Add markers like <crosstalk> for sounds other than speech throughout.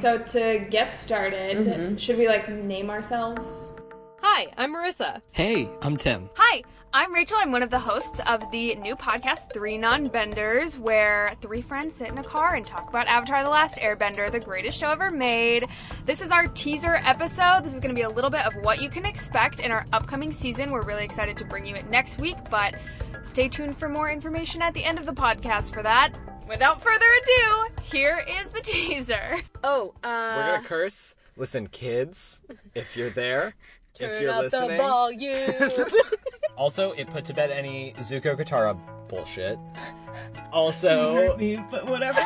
So to get started, Mm-hmm. should we like name ourselves? Hi, I'm Marissa. Hey, I'm Tim. Hi, I'm Rachel. I'm one of the hosts of the new podcast, Three Non Benders, where three friends sit in a car and talk about Avatar The Last Airbender, the greatest show ever made. This is our teaser episode. This is going to be a little bit of what you can expect in our upcoming season. We're really excited to bring you it next week, but stay tuned for more information at the end of the podcast for that. Without further ado, here is the <laughs> teaser. Oh, uh. We're gonna curse. Listen, kids, if you're there, if you're listening. volume. <laughs> Also, it put to bed any Zuko Katara bullshit. <laughs> Also, but whatever.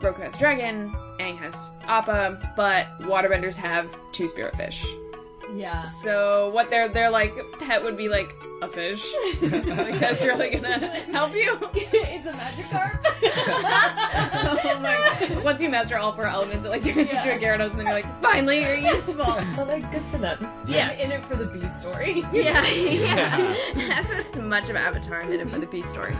Roku has dragon. Aang has Appa, but waterbenders have two spirit fish. Yeah. So what their their like pet would be like a fish. like that's really gonna help you. it's a magic carp. <laughs> oh my god. Once you master all four elements, it like turns into a Gyarados and then you're like, finally you're useful. But like, good for them. Yeah. I'm in it for the B story. <laughs> yeah, yeah. That's what's much of Avatar I'm in it for the B story.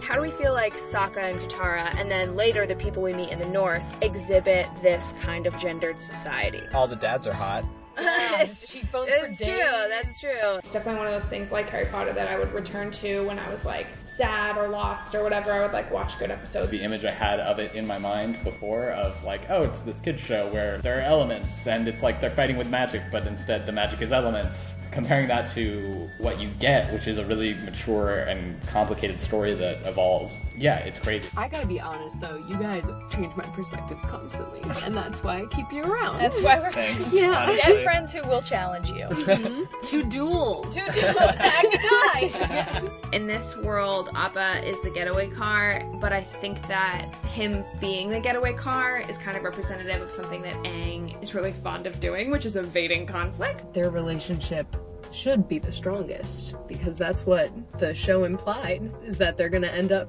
How do we feel like Sokka and Katara, and then later the people we meet in the north, exhibit this kind of gendered society? All the dads are hot. it's Cheekbones it's for true, days. that's true. Definitely one of those things like Harry Potter that I would return to when I was like sad or lost or whatever. I would like watch good episodes. the image I had of it in my mind before of like, oh, it's this kid show where there are elements and it's like they're fighting with magic, but instead the magic is elements. Comparing that to what you get, which is a really mature and complicated story that evolves. Yeah, it's crazy. I gotta be honest though, you guys change my perspectives constantly, and that's why I keep you around. That's why we're Thanks. Yeah. dead friends who will challenge you. two duels. Two in this world, Appa is the getaway car, but I think that him being the getaway car is kind of representative of something that Aang is really fond of doing, which is evading conflict. Their relationship should be the strongest because that's what the show implied is that they're gonna end up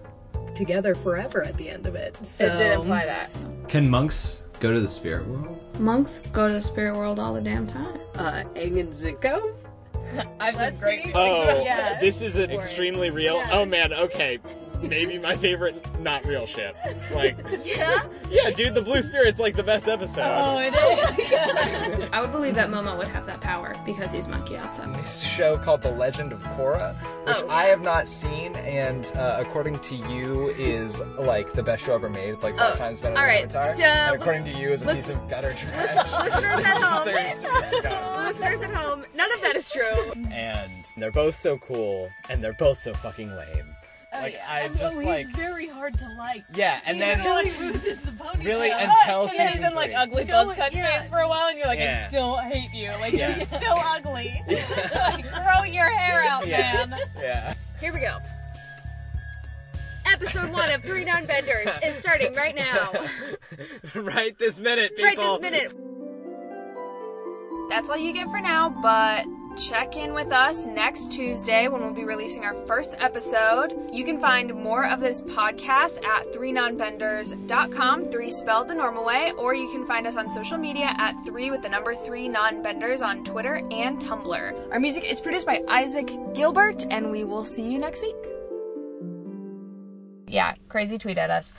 together forever at the end of it. So It did imply that. Can monks go to the spirit world? Monks go to the spirit world all the damn time. uh, Aang and Zuko. I've Let's great. Oh, this is an extremely real. Oh man, okay. Maybe my favorite not real ship. <laughs> Like Yeah? Yeah, dude, the Blue Spirit's like the best episode. Oh, it is. I would believe that Momo would have that power because he's Makiatsa. This show called The Legend of Korra, which Oh. I have not seen, and uh, according to you, is like the best show ever made. It's like five Oh, times better all than right. Avatar. Duh, Oh, and according to you, is a piece of gutter <laughs> trash. Listeners at Seriously. Listeners at home, none of that is true. and they're both so cool, and they're both so fucking lame. Oh, like I just like very hard to like. <laughs> yeah, and then loses the ponytail. really until season he's in like three. ugly No, buzz cut yeah. face for a while, and you're like, Yeah. I still hate you. Like Yeah. you're still <laughs> ugly. like grow your hair out, Yeah. man. Yeah. <laughs> Here we go. Episode one of Three Non-Benders is starting right now. right this minute, people. Right this minute. That's all you get for now, but check in with us next Tuesday when we'll be releasing our first episode. You can find more of this podcast at 3nonbenders.com, 3 spelled the normal way, or you can find us on social media at 3 with the number 3 nonbenders on Twitter and Tumblr. Our music is produced by Isaac Gilbert, and we will see you next week. Yeah, crazy tweet at us.